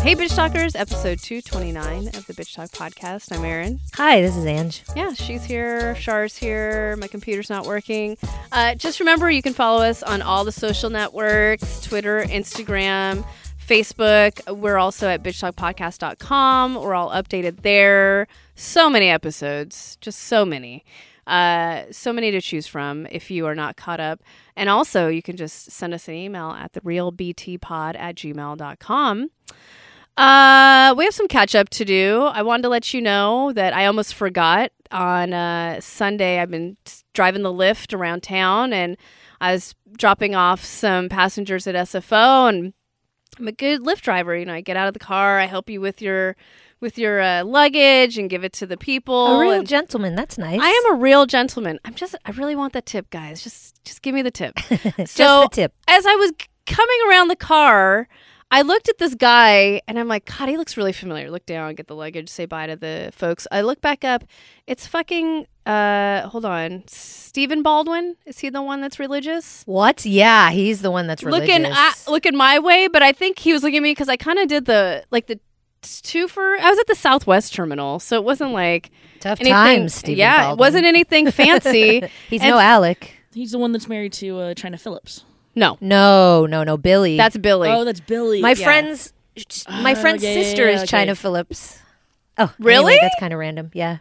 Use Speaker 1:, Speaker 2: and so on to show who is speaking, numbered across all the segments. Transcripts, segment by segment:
Speaker 1: Hey, Bitch Talkers, episode 229 of the Bitch Talk podcast. I'm Erin.
Speaker 2: Hi, this is Ange.
Speaker 1: Yeah, she's here. Char's here. My computer's not working. Uh, just remember, you can follow us on all the social networks Twitter, Instagram, Facebook. We're also at bitchtalkpodcast.com. We're all updated there. So many episodes, just so many. Uh, so many to choose from if you are not caught up. And also, you can just send us an email at the realbtpod at gmail.com. Uh, we have some catch up to do. I wanted to let you know that I almost forgot on uh, Sunday. I've been s- driving the lift around town, and I was dropping off some passengers at SFO, and I'm a good Lyft driver. You know, I get out of the car, I help you with your with your uh, luggage, and give it to the people.
Speaker 2: A real
Speaker 1: Oh, and-
Speaker 2: gentleman. That's nice.
Speaker 1: I am a real gentleman. I'm just I really want the tip, guys. Just just give me the tip.
Speaker 2: Just
Speaker 1: so-
Speaker 2: the tip.
Speaker 1: As I was c- coming around the car, I looked at this guy and I'm like, God, he looks really familiar. Look down, get the luggage, say bye to the folks. I look back up. It's fucking uh hold on. Stephen Baldwin? Is he the one that's religious?
Speaker 2: What? Yeah, he's the one that's religious.
Speaker 1: Looking at, looking my way, but I think he was looking at me because I kind of did the like the two for I was at the Southwest terminal, so it wasn't like
Speaker 2: Tough
Speaker 1: anything.
Speaker 2: times, Stephen.
Speaker 1: yeah,
Speaker 2: Baldwin.
Speaker 1: it wasn't anything fancy.
Speaker 2: he's
Speaker 1: and-
Speaker 2: no Alec.
Speaker 3: He's the one that's married to uh, China Phillips.
Speaker 1: no,
Speaker 2: No, no, no. Billy.
Speaker 1: That's Billy.
Speaker 3: Oh, that's Billy.
Speaker 2: my
Speaker 3: Yeah.
Speaker 2: friend's. My
Speaker 3: Oh,
Speaker 2: friend's
Speaker 3: yeah, yeah,
Speaker 2: sister
Speaker 3: yeah,
Speaker 2: is
Speaker 3: okay.
Speaker 2: China Phillips. Oh,
Speaker 1: Really?
Speaker 2: anyway, that's kind of random. Yeah.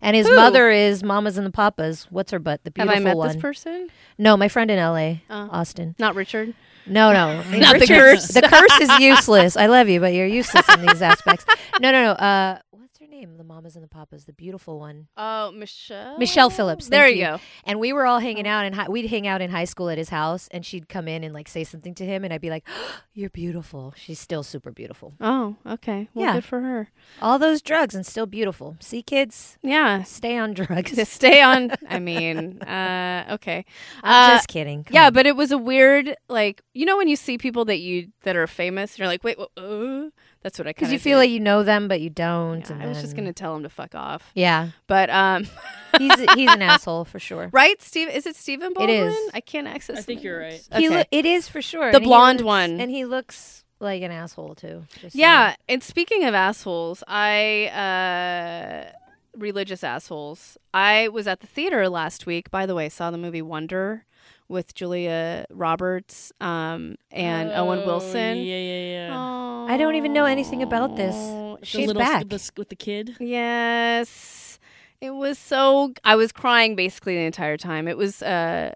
Speaker 2: And his
Speaker 1: Who?
Speaker 2: mother is Mamas and the Papas. What's her butt? The
Speaker 1: Have
Speaker 2: beautiful
Speaker 1: I met
Speaker 2: one.
Speaker 1: this person?
Speaker 2: no, my friend in L.A.
Speaker 1: Oh.
Speaker 2: Austin.
Speaker 1: Not Richard.
Speaker 2: No, no,
Speaker 1: Not the curse.
Speaker 2: The curse is useless. I love you, but you're useless in these aspects. No, no, no. Uh, what's her name? The Mamas and the Papas, the beautiful one.
Speaker 1: Oh, Michelle.
Speaker 2: Michelle Phillips.
Speaker 1: There
Speaker 2: thank
Speaker 1: you go.
Speaker 2: And we were all hanging out, and hi- we'd hang out in high school at his house, and she'd come in and like say something to him, and I'd be like, "You're beautiful." She's still super beautiful.
Speaker 1: Oh, okay. Well,
Speaker 2: Yeah.
Speaker 1: good for her.
Speaker 2: All those drugs and still beautiful. See, kids,
Speaker 1: Yeah.
Speaker 2: stay on drugs.
Speaker 1: To stay on. I mean, uh, okay.
Speaker 2: I'm
Speaker 1: Uh,
Speaker 2: just kidding. Come
Speaker 1: yeah,
Speaker 2: on.
Speaker 1: but it was a weird, like, you know, when you see people that you that are famous, you're like, wait, wha- uh, that's what I kind
Speaker 2: because
Speaker 1: of
Speaker 2: you feel like you know them, but you don't.
Speaker 1: Yeah,
Speaker 2: and
Speaker 1: I was just
Speaker 2: then-
Speaker 1: gonna tell him to fuck off,
Speaker 2: Yeah,
Speaker 1: but um,
Speaker 2: he's he's an asshole for sure.
Speaker 1: right? Steve, is it Stephen Baldwin?
Speaker 2: is.
Speaker 1: I can't access.
Speaker 3: I think
Speaker 1: my
Speaker 3: you're
Speaker 1: notes.
Speaker 2: He
Speaker 1: Okay.
Speaker 2: loo- it is for sure.
Speaker 1: The
Speaker 2: and he
Speaker 1: blonde
Speaker 2: looks-
Speaker 1: one.
Speaker 2: And he looks like an asshole too. just so you know.
Speaker 1: Yeah, and speaking of assholes, I uh religious assholes. I was at the theater last week. By the way, saw the movie Wonder with Julia Roberts um and Owen
Speaker 3: Oh,
Speaker 1: Wilson.
Speaker 3: Yeah, yeah, yeah.
Speaker 2: I don't even know anything about this.
Speaker 1: Aw,
Speaker 3: The
Speaker 2: She's
Speaker 1: She's
Speaker 3: little,
Speaker 2: back.
Speaker 3: The, with the kid.
Speaker 1: Yes. It was so I was crying basically the entire time. It was uh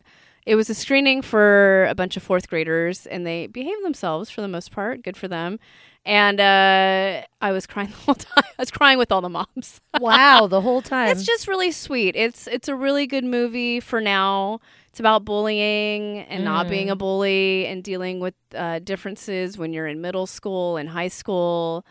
Speaker 1: it was a screening for a bunch of fourth graders and they behaved themselves for the most part. Good for them. And uh I was crying the whole time. I was crying with all the moms.
Speaker 2: Wow, the whole time.
Speaker 1: It's just really sweet. It's it's a really good movie for now. It's about bullying and not
Speaker 2: Mm.
Speaker 1: being a bully and dealing with uh, differences when you're in middle school and high school.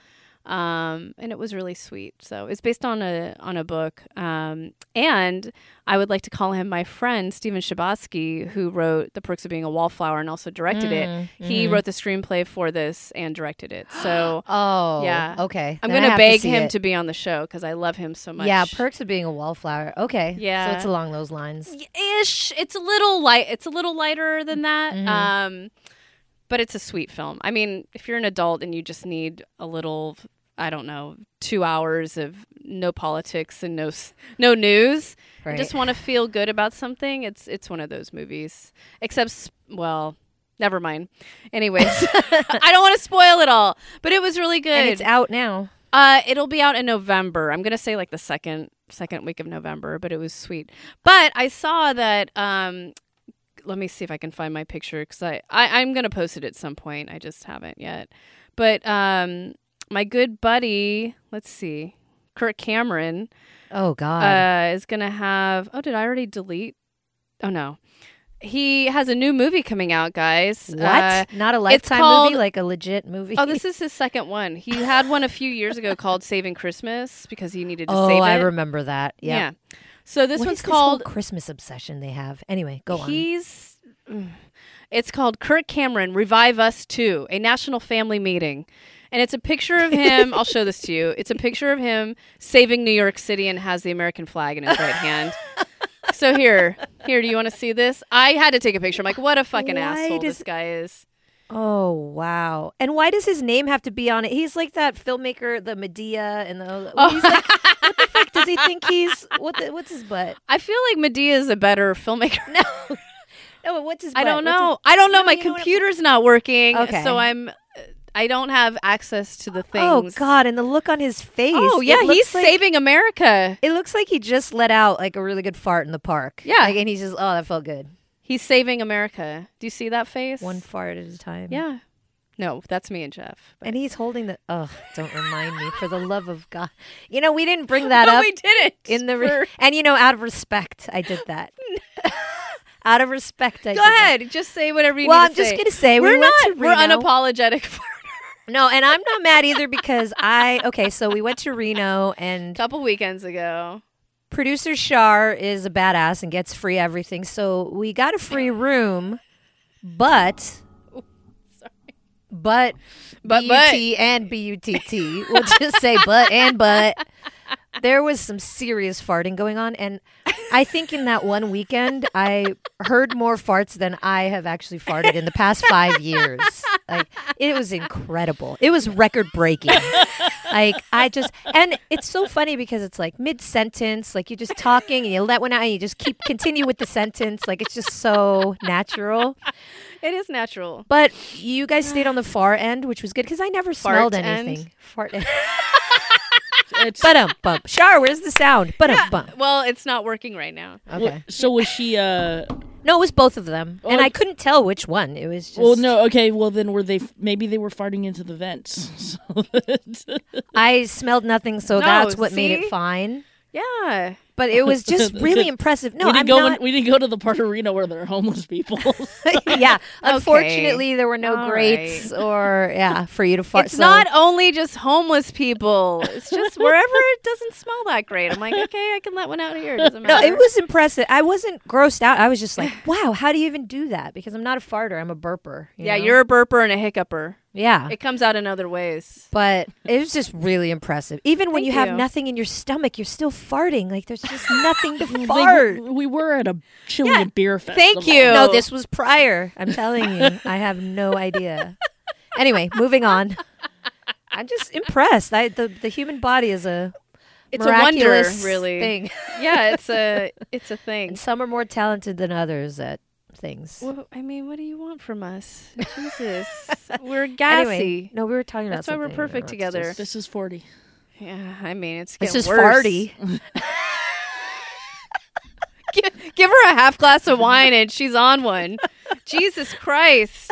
Speaker 1: Um, and it was really sweet. So it's based on a on a book. Um, and I would like to call him my friend Stephen Shabosky, who wrote The Perks of Being a Wallflower and also directed it.
Speaker 2: Mm,
Speaker 1: He
Speaker 2: mhm.
Speaker 1: wrote the screenplay for this and directed it. So
Speaker 2: Oh,
Speaker 1: Yeah.
Speaker 2: yeah. Okay,
Speaker 1: I'm
Speaker 2: Then I
Speaker 1: going to
Speaker 2: have
Speaker 1: beg
Speaker 2: see
Speaker 1: him
Speaker 2: it.
Speaker 1: to be on the show because I love him so much.
Speaker 2: Yeah, perks of being a wallflower. Okay.
Speaker 1: Yeah.
Speaker 2: So it's along those lines.
Speaker 1: ish. It's a little light. It's a little lighter than that.
Speaker 2: Mhm.
Speaker 1: Um, but it's a sweet film. I mean, if you're an adult and you just need a little, I don't know, two hours of no politics and no s- no news,
Speaker 2: Right.
Speaker 1: and just want to feel good about something, it's it's one of those movies. Except, s- well. Never mind. Anyways, I don't want to spoil it all, but it was really good.
Speaker 2: and it's out now.
Speaker 1: Uh, it'll be out in November. I'm gonna say like the second second week of November, but it was sweet. But I saw that. Um, let me see if I can find my picture because I, I I'm gonna post it at some point. I just haven't yet. But um, my good buddy, let's see, Kurt Cameron
Speaker 2: Oh God.
Speaker 1: uh, is gonna have. Oh, did I already delete? Oh no, he has a new movie coming out, guys.
Speaker 2: what?
Speaker 1: Uh,
Speaker 2: Not a lifetime
Speaker 1: called-
Speaker 2: movie, like a legit movie.
Speaker 1: Oh, this is his second one. He had one a few years ago called Saving Christmas because he needed to
Speaker 2: oh,
Speaker 1: save it.
Speaker 2: I remember that. Yeah.
Speaker 1: So this
Speaker 2: What
Speaker 1: one's
Speaker 2: is whole
Speaker 1: called
Speaker 2: Christmas obsession they have. Anyway, go on.
Speaker 1: He's it's called Kirk Cameron Revive Us 2, a national family meeting. and it's a picture of him. I'll show this to you. It's a picture of him saving New York City and has the American flag in his right hand. So here, here, do you want to see this? I had to take a picture. I'm like, what a fucking
Speaker 2: Why
Speaker 1: asshole
Speaker 2: does-
Speaker 1: this guy is.
Speaker 2: Oh wow! And why does his name have to be on it? He's like that filmmaker, the Medea, and the.
Speaker 1: Oh.
Speaker 2: He's like, what the fuck does he think he's? What the, what's his butt?
Speaker 1: I feel like Medea is a better filmmaker. No,
Speaker 2: No, but what's his?
Speaker 1: I
Speaker 2: butt?
Speaker 1: don't
Speaker 2: What's his-
Speaker 1: know. I don't know.
Speaker 2: No,
Speaker 1: My
Speaker 2: you know what I'm-
Speaker 1: computer's not working,
Speaker 2: Okay.
Speaker 1: so I'm. I don't have access to the
Speaker 2: oh
Speaker 1: things.
Speaker 2: God! And the look on his face.
Speaker 1: Oh
Speaker 2: It
Speaker 1: yeah,
Speaker 2: looks
Speaker 1: he's
Speaker 2: like,
Speaker 1: saving America.
Speaker 2: It looks like he just let out like a really good fart in the park.
Speaker 1: Yeah.
Speaker 2: Like, and he's just oh that felt good.
Speaker 1: He's saving America. Do you see that face?
Speaker 2: One fart at a time.
Speaker 1: Yeah. No, that's me and Jeff.
Speaker 2: And he's holding the. Oh, don't remind me for the love of God! You know we didn't bring that
Speaker 1: no,
Speaker 2: up.
Speaker 1: we didn't.
Speaker 2: in the re-
Speaker 1: For-
Speaker 2: and you know out of respect i did that out of respect i
Speaker 1: Go
Speaker 2: did that.
Speaker 1: ahead. Just say whatever you
Speaker 2: well
Speaker 1: need
Speaker 2: i'm
Speaker 1: to
Speaker 2: just
Speaker 1: say.
Speaker 2: gonna say we
Speaker 1: We're
Speaker 2: went
Speaker 1: not.
Speaker 2: to
Speaker 1: We're
Speaker 2: Reno.
Speaker 1: unapologetic. For
Speaker 2: no and i'm not mad either because i okay so we went to reno
Speaker 1: a
Speaker 2: and
Speaker 1: couple weekends ago.
Speaker 2: producer shar is a badass and gets free everything so we got a free room but but
Speaker 1: But-
Speaker 2: but and b-u-t-t we'll just say but and but there was some serious farting going on and i think in that one weekend i heard more farts than i have actually farted in the past five years like it was incredible it was record breaking like i just and it's so funny because it's like mid-sentence like you're just talking and you let one out and you just keep continue with the sentence like it's just so natural
Speaker 1: It is natural.
Speaker 2: but you guys stayed on the far end, which was good because I never smelled
Speaker 1: end?
Speaker 2: anything. Fart end.
Speaker 3: It's,
Speaker 2: but um bump. Char, where's the sound? But um bump.
Speaker 1: Well, it's not working right now.
Speaker 2: Okay.
Speaker 3: so was she? uh
Speaker 2: No, it was both of them, and
Speaker 3: Well,
Speaker 2: I couldn't tell which one. It was just.
Speaker 3: Well, no. Okay. Well, then were they? Maybe they were farting into the vents. So that-
Speaker 2: I smelled nothing, so
Speaker 1: No,
Speaker 2: that's what made
Speaker 1: see?
Speaker 2: it fine.
Speaker 1: Yeah.
Speaker 2: But it was just really impressive. No,
Speaker 3: we didn't
Speaker 2: I'm
Speaker 3: go.
Speaker 2: not.
Speaker 3: we didn't go to the part of Reno where there are homeless people.
Speaker 2: yeah, unfortunately, there were no
Speaker 1: All
Speaker 2: grates or yeah for you to fart.
Speaker 1: it's
Speaker 2: so-
Speaker 1: not only just homeless people. It's just wherever it doesn't smell that great. I'm like, okay, I can let one out here. It doesn't
Speaker 2: No,
Speaker 1: matter.
Speaker 2: it was impressive. I wasn't grossed out. I was just like, wow, how do you even do that? Because I'm not a farter. I'm a burper. you
Speaker 1: Yeah,
Speaker 2: know?
Speaker 1: you're a burper and a hiccuper.
Speaker 2: Yeah.
Speaker 1: It comes out in other ways.
Speaker 2: but it was just really impressive. Even when
Speaker 1: Thank
Speaker 2: you have
Speaker 1: you.
Speaker 2: nothing in your stomach, you're still farting. Like there's just nothing to
Speaker 3: They-
Speaker 2: fart.
Speaker 3: we were at a Chilean beer festival.
Speaker 1: Thank you.
Speaker 2: No, this was prior. I'm telling you, I have no idea. Anyway, moving on. I'm just impressed. I the the human body is a
Speaker 1: It's a wonder,
Speaker 2: miraculous
Speaker 1: really.
Speaker 2: thing,
Speaker 1: Yeah, it's a it's a thing.
Speaker 2: and some are more talented than others at things.
Speaker 1: Well, I mean, what do you want from us? Jesus, we're gassy.
Speaker 2: Anyway, no, we were talking about
Speaker 1: That's why we're
Speaker 2: something. I don't
Speaker 1: perfect
Speaker 2: know, it's
Speaker 1: together.
Speaker 2: just-
Speaker 3: This is forty.
Speaker 1: Yeah, I mean, it's
Speaker 2: This
Speaker 1: getting
Speaker 2: is
Speaker 1: worse.
Speaker 2: farty.
Speaker 1: Gi- Give her a half glass of wine and she's on one. Jesus Christ.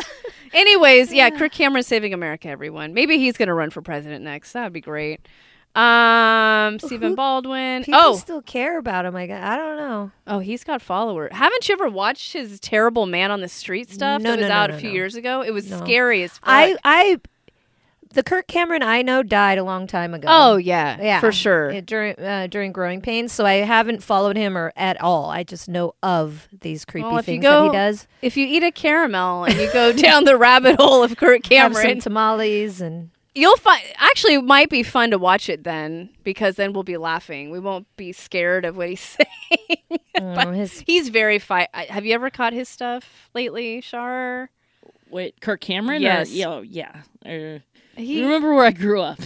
Speaker 1: Anyways, yeah, Kirk Cameron's saving America, everyone. Maybe he's going to run for president next. That would be great. Um, Stephen
Speaker 2: Who-
Speaker 1: Baldwin.
Speaker 2: People
Speaker 1: oh,
Speaker 2: still care about him. I gu- I don't know.
Speaker 1: oh, he's got followers. Haven't you ever watched his terrible man on the street stuff
Speaker 2: No,
Speaker 1: that was
Speaker 2: no, no,
Speaker 1: out
Speaker 2: no,
Speaker 1: a few
Speaker 2: no.
Speaker 1: years ago? It was
Speaker 2: No.
Speaker 1: scary as fuck.
Speaker 2: I um, I the Kirk Cameron I know died a long time ago.
Speaker 1: oh yeah,
Speaker 2: yeah,
Speaker 1: for sure.
Speaker 2: Yeah, during uh, during growing pains. So I haven't followed him or at all. I just know of these creepy
Speaker 1: Well, if you
Speaker 2: things that
Speaker 1: go
Speaker 2: he does.
Speaker 1: If you eat a caramel and you go down the rabbit hole of Kirk
Speaker 2: Have some
Speaker 1: Cameron,
Speaker 2: tamales and
Speaker 1: you'll find actually it might be fun to watch it then because then we'll be laughing. We won't be scared of what he's saying.
Speaker 2: mm, his.
Speaker 1: he's very fi- I- Have you ever caught his stuff lately, Shar?
Speaker 3: Wait, Kirk Cameron? Or-
Speaker 1: Yes.
Speaker 3: yeah, oh, yeah. Uh,
Speaker 1: He
Speaker 3: you remember where I grew up?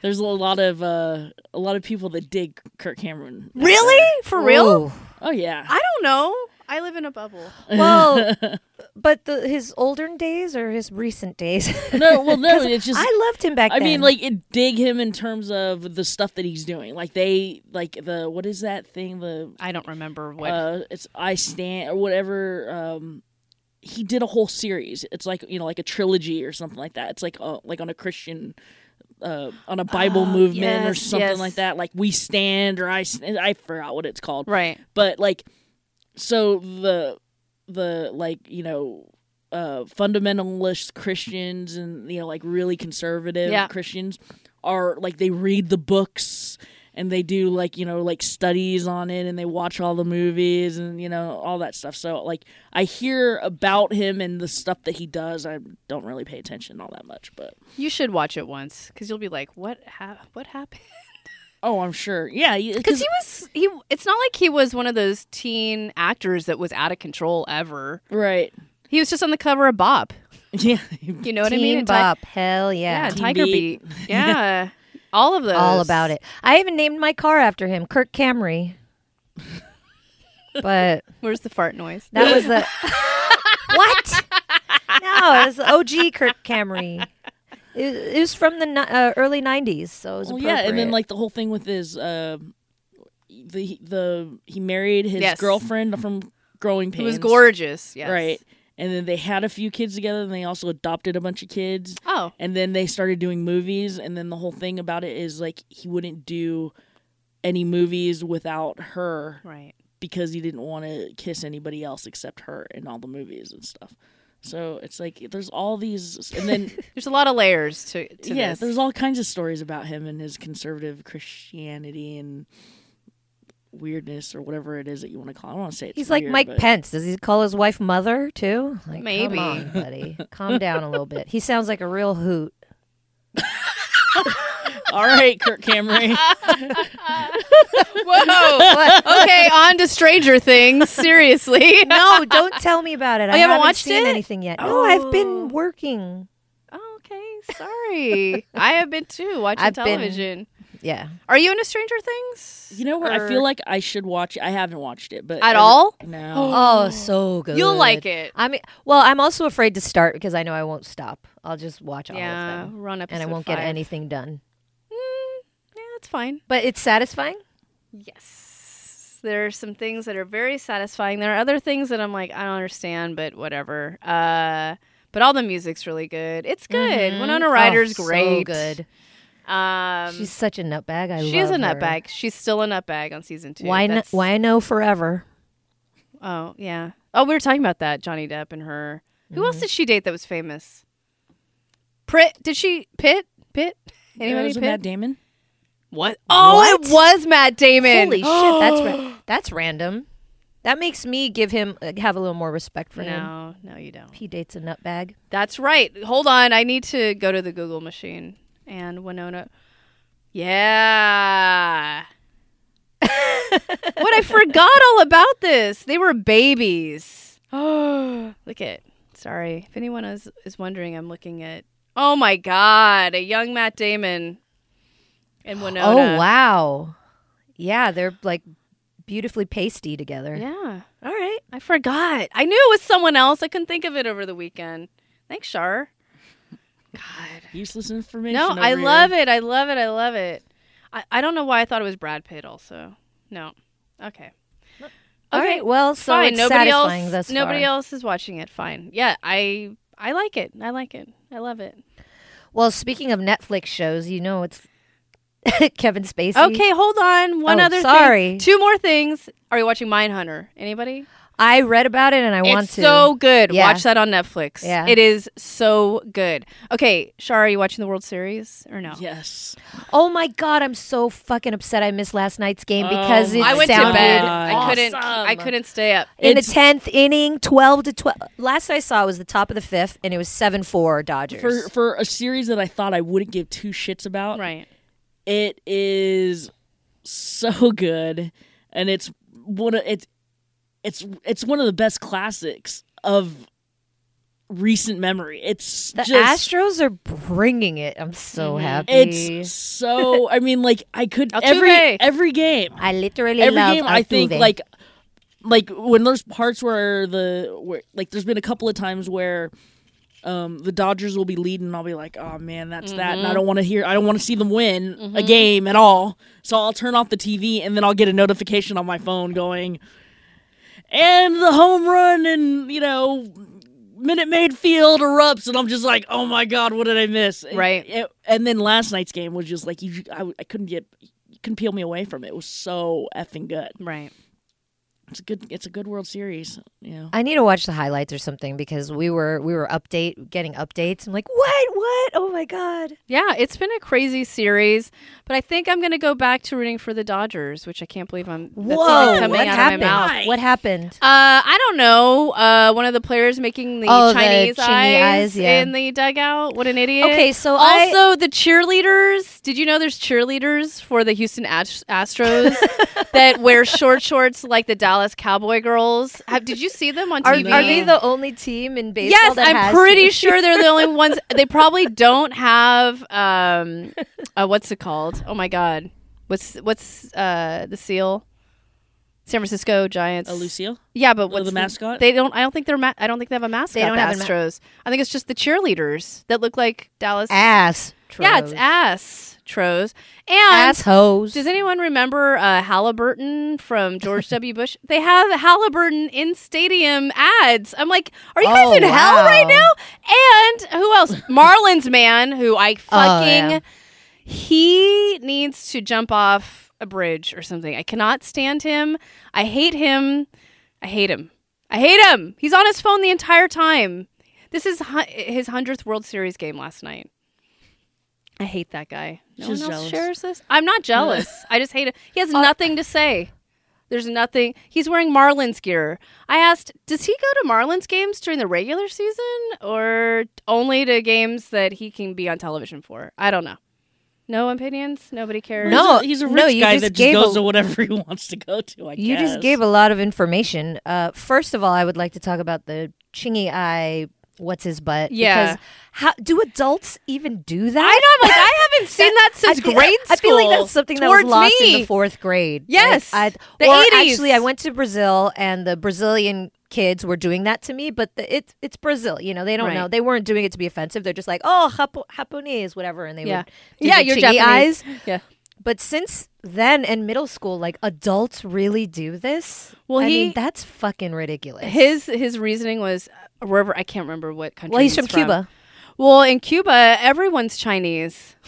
Speaker 3: There's a lot of uh, a lot of people that dig Kirk Cameron.
Speaker 1: really for real?
Speaker 2: Ooh.
Speaker 3: Oh yeah.
Speaker 1: I don't know. I live in a bubble.
Speaker 2: Well, but the, his older days or his recent days?
Speaker 3: no, well, no.
Speaker 2: 'Cause
Speaker 3: It's just.
Speaker 2: I loved him back
Speaker 3: I
Speaker 2: then.
Speaker 3: mean, like, it dig him in terms of the stuff that he's doing. Like they, like the what is that thing? The
Speaker 1: I don't remember what.
Speaker 3: uh, it's I stand or whatever. Um, he did a whole series. It's like you know, like a trilogy or something like that. It's like uh, like on a Christian, uh, on a Bible movement
Speaker 1: Ah,
Speaker 3: or
Speaker 1: yes,
Speaker 3: something
Speaker 1: yes.
Speaker 3: like that. Like we stand or I stand. I forgot what it's called.
Speaker 1: right.
Speaker 3: But like, so the the like you know. Uh, fundamentalist Christians and you know like really conservative
Speaker 1: Yeah.
Speaker 3: Christians are like they read the books and they do like you know like studies on it and they watch all the movies and you know all that stuff so like i hear about him and the stuff that he does i don't really pay attention all that much but
Speaker 1: You should watch it once because you'll be like, what ha- what happened?
Speaker 3: oh i'm sure yeah
Speaker 1: Because he was he. It's not like he was one of those teen actors that was out of control ever.
Speaker 3: right
Speaker 1: He was just on the cover of Bop.
Speaker 3: yeah
Speaker 1: You know what I
Speaker 2: Teen
Speaker 1: mean? And Ti-
Speaker 2: Bop. Hell
Speaker 1: yeah,
Speaker 2: yeah.
Speaker 3: Teen
Speaker 1: Tiger Beat.
Speaker 3: Beat.
Speaker 1: Yeah, all of those.
Speaker 2: All about it. I even named my car after him, Kirk Camry. but
Speaker 1: Where's the fart noise?
Speaker 2: that was the what? No, it was OG Kirk Camry. It, it was from the ni- uh, early '90s, so it was
Speaker 3: well, yeah and then
Speaker 2: appropriate.
Speaker 3: like the whole thing with his uh, the the he married his
Speaker 1: Yes.
Speaker 3: girlfriend from growing pains
Speaker 1: It was gorgeous. Yes.
Speaker 3: right and then they had a few kids together and they also adopted a bunch of kids
Speaker 1: Oh,
Speaker 3: and then they started doing movies and then the whole thing about it is like he wouldn't do any movies without her
Speaker 1: right.
Speaker 3: because he didn't want to kiss anybody else except her in all the movies and stuff so it's like there's all these and then
Speaker 1: There's a lot of layers to, to
Speaker 3: yeah
Speaker 1: this.
Speaker 3: there's all kinds of stories about him and his conservative christianity and weirdness or whatever it is that you want to call it. i don't want to say it's
Speaker 2: he's like
Speaker 3: weird,
Speaker 2: Mike
Speaker 3: but-
Speaker 2: Pence. Does he call his wife mother too? Like,
Speaker 1: Maybe.
Speaker 2: come on, buddy, calm down a little bit. He sounds like a real hoot.
Speaker 3: all right kirk cameron
Speaker 1: Whoa.
Speaker 2: What?
Speaker 1: okay, on to Stranger Things. Seriously.
Speaker 2: no, don't tell me about it. I
Speaker 1: Oh, you haven't
Speaker 2: haven't,
Speaker 1: watched
Speaker 2: seen
Speaker 1: it?
Speaker 2: anything yet. No, I've
Speaker 1: Oh.
Speaker 2: been working.
Speaker 1: Oh, okay. Sorry. I have been too watching
Speaker 2: I've been-
Speaker 1: television.
Speaker 2: Yeah.
Speaker 1: Are you into Stranger Things?
Speaker 3: you know what
Speaker 1: Or-
Speaker 3: i feel like i should watch it. i haven't watched it but
Speaker 1: at all?
Speaker 3: no
Speaker 2: Oh, so good.
Speaker 1: You'll like it.
Speaker 2: I mean, well, I'm also afraid to start because I know I won't stop. I'll just watch all
Speaker 1: yeah,
Speaker 2: of them,
Speaker 1: run up Mm,
Speaker 2: and I won't get anything done.
Speaker 1: Yeah, that's fine.
Speaker 2: But it's satisfying.
Speaker 1: Yes. There are some things that are very satisfying. There are other things that I'm like, I don't understand, but whatever. Uh, but all the music's really good. It's good. Winona
Speaker 2: Mhm.
Speaker 1: Ryder's
Speaker 2: Oh,
Speaker 1: great.
Speaker 2: So good.
Speaker 1: Um,
Speaker 2: She's such a nutbag. I
Speaker 1: she is a
Speaker 2: love her.
Speaker 1: nutbag. She's still a nutbag on season two.
Speaker 2: Why? n
Speaker 1: That's-
Speaker 2: why no forever?
Speaker 1: Oh yeah. Oh, we were talking about that Johnny Depp and her. Who
Speaker 2: Mm-hmm.
Speaker 1: else did she date that was famous? Pritt? Did she Pitt? Pitt? Anybody?
Speaker 3: was
Speaker 1: Pitt?
Speaker 3: it Matt Damon?
Speaker 1: what? Oh, it was Matt Damon.
Speaker 2: Holy shit! That's ra- that's random. That makes me give him uh, have a little more respect for him.
Speaker 1: No, no, you don't.
Speaker 2: He dates a nutbag.
Speaker 1: That's right. Hold on, I need to go to the Google machine and Winona. Yeah. what I forgot all about this. They were babies. Oh, look at. Sorry, if anyone is is wondering, I'm looking at. Oh my God, a young Matt Damon and Winona.
Speaker 2: Oh wow! Yeah, they're like beautifully pasty together.
Speaker 1: Yeah,
Speaker 2: All right.
Speaker 1: I forgot. I knew it was someone else. I couldn't think of it over the weekend. Thanks, Shar. God.
Speaker 3: Useless information.
Speaker 1: No,
Speaker 3: over
Speaker 1: I
Speaker 3: here.
Speaker 1: love it. I love it. I love it. I, I don't know why I thought it was Brad Pitt also. No. Okay.
Speaker 2: All
Speaker 1: Okay,
Speaker 2: right. Well, so
Speaker 1: Fine.
Speaker 2: it's
Speaker 1: nobody
Speaker 2: satisfying
Speaker 1: else
Speaker 2: thus
Speaker 1: nobody
Speaker 2: far.
Speaker 1: else is watching it. Fine. Yeah, I I like it. I like it. I love it.
Speaker 2: Well, speaking of Netflix shows, you know it's Kevin Spacey.
Speaker 1: Okay, hold on. One
Speaker 2: Oh,
Speaker 1: other
Speaker 2: sorry.
Speaker 1: thing. Two more things. Are you watching Mindhunter? Anybody?
Speaker 2: I read about it and I want
Speaker 1: it's
Speaker 2: to.
Speaker 1: so good.
Speaker 2: Yeah.
Speaker 1: Watch that on Netflix.
Speaker 2: Yeah.
Speaker 1: It is so good. Okay, Shar, are you watching the World Series or no?
Speaker 3: Yes.
Speaker 2: oh my god, I'm so fucking upset. I missed last night's game because
Speaker 3: my
Speaker 2: it
Speaker 1: Oh I went to
Speaker 2: sounded
Speaker 1: bed. I
Speaker 3: awesome.
Speaker 1: couldn't I couldn't stay up.
Speaker 2: in
Speaker 3: It's-
Speaker 2: the tenth inning, twelve to twelve. Last I saw was the top of the fifth, and it was seven four Dodgers.
Speaker 3: For for a series that I thought I wouldn't give two shits about.
Speaker 1: Right.
Speaker 3: It is so good and it's one of it's it's it's one of the best classics of recent memory. It's
Speaker 2: the
Speaker 3: just
Speaker 2: Astros are bringing it. I'm so
Speaker 1: Mm-hmm.
Speaker 2: happy.
Speaker 3: it's so I mean like I could
Speaker 1: Altuve.
Speaker 3: every every game.
Speaker 2: I literally
Speaker 3: every
Speaker 2: love
Speaker 3: game I think
Speaker 2: Altuve.
Speaker 3: like like when there's parts where the where like there's been a couple of times where um the Dodgers will be leading and I'll be like, "Oh man, that's that." And I don't want to hear I don't want to see them win a game at all. So I'll turn off the TV and then I'll get a notification on my phone going and the home run and, you know, Minute Maid Field erupts, and I'm just like, "Oh my god, what did I miss?" And-
Speaker 1: Right.
Speaker 3: it- and then last night's game was just like, you, I, I couldn't get, you couldn't peel me away from it. It was so effing good.
Speaker 1: Right.
Speaker 3: It's a good. It's a good World Series. Yeah.
Speaker 2: I need to watch the highlights or something because we were we were update getting updates. I'm like, what? What? Oh my god!
Speaker 1: Yeah, it's been a crazy series, but I think I'm going to go back to rooting for the Dodgers, which I can't believe I'm that's
Speaker 2: Whoa!
Speaker 1: even coming
Speaker 2: What
Speaker 1: out
Speaker 2: happened?
Speaker 1: of my mouth.
Speaker 2: What happened?
Speaker 1: Uh, I don't know. Uh, one of the players making the
Speaker 2: Oh, the
Speaker 1: Chinese
Speaker 2: Chinese
Speaker 1: eyes,
Speaker 2: eyes, yeah.
Speaker 1: in the dugout. What an idiot!
Speaker 2: Okay, so I-
Speaker 1: also the cheerleaders. Did you know there's cheerleaders for the Houston Ast- Astros that wear short shorts like the Dallas Cowboy girls? Have, did you see them on
Speaker 2: Are,
Speaker 1: TV?
Speaker 2: are they the only team in baseball?
Speaker 1: Yes,
Speaker 2: that
Speaker 1: I'm
Speaker 2: has
Speaker 1: pretty sure they're the only ones. They probably don't have um, uh, what's it called? Oh my god, what's what's uh the seal? San Francisco Giants.
Speaker 3: Uh, Lucille.
Speaker 1: Yeah, but
Speaker 3: Or
Speaker 1: what's
Speaker 3: the mascot?
Speaker 1: They don't. I don't think they're. Ma- I don't think they have a mascot.
Speaker 2: don't
Speaker 1: the
Speaker 2: have a ma-
Speaker 1: Astros. I think it's just the cheerleaders that look like Dallas.
Speaker 2: ass.
Speaker 1: Yeah, it's ass tros. And
Speaker 2: assholes.
Speaker 1: does anyone remember uh, Halliburton from George W. Bush? They have Halliburton in stadium ads. I'm like, are you
Speaker 2: Oh,
Speaker 1: guys in hell
Speaker 2: wow.
Speaker 1: right now? And who else? Marlins man, who I fucking
Speaker 2: Oh, yeah.
Speaker 1: he needs to jump off a bridge or something. I cannot stand him. I hate him. I hate him. I hate him. He's on his phone the entire time. This is hu- his hundredth World Series game last night. I hate that guy. No
Speaker 3: She's
Speaker 1: one else
Speaker 3: jealous.
Speaker 1: shares this. I'm not jealous. I just hate it. He
Speaker 2: Uh,
Speaker 1: has nothing to say. There's nothing. He's wearing Marlins gear. I asked, does he go to Marlins games during the regular season or only to games that he can be on television for? I don't know. No opinions. Nobody cares.
Speaker 2: No,
Speaker 3: He's a- he's a rich
Speaker 2: no, you
Speaker 3: guy
Speaker 2: just
Speaker 3: that just
Speaker 2: gave
Speaker 3: goes
Speaker 2: a-
Speaker 3: to whatever he wants to go to. I
Speaker 2: You just gave a lot of information. Uh, first of all, I would like to talk about the chingy eye. What's his butt?
Speaker 1: Yeah.
Speaker 2: Because how do adults even do that?
Speaker 1: I know. I'm like, I haven't seen that since
Speaker 2: I feel-
Speaker 1: grade school.
Speaker 2: I feel like that's something that was
Speaker 1: Towards
Speaker 2: lost
Speaker 1: me.
Speaker 2: in the fourth grade. Like,
Speaker 1: Yes,
Speaker 2: I'd-
Speaker 1: the
Speaker 2: or
Speaker 1: 80s.
Speaker 2: actually, I went to Brazil, and the Brazilian kids were doing that to me. But the, it, it's Brazil, you know. They don't
Speaker 1: Right.
Speaker 2: know. They weren't doing it to be offensive. They're just like, oh, Japo- Japanese, whatever, and they
Speaker 1: Yeah.
Speaker 2: would. do
Speaker 1: Yeah,
Speaker 2: the
Speaker 1: your
Speaker 2: chingy
Speaker 1: Japanese.
Speaker 2: eyes.
Speaker 1: Yeah.
Speaker 2: But since then, in middle school, like adults really do this.
Speaker 1: Well,
Speaker 2: I
Speaker 1: he-
Speaker 2: mean, that's fucking ridiculous.
Speaker 1: His his reasoning was uh, wherever I can't remember what country.
Speaker 2: well, he's from, Cuba.
Speaker 1: Well, in Cuba, everyone's Chinese.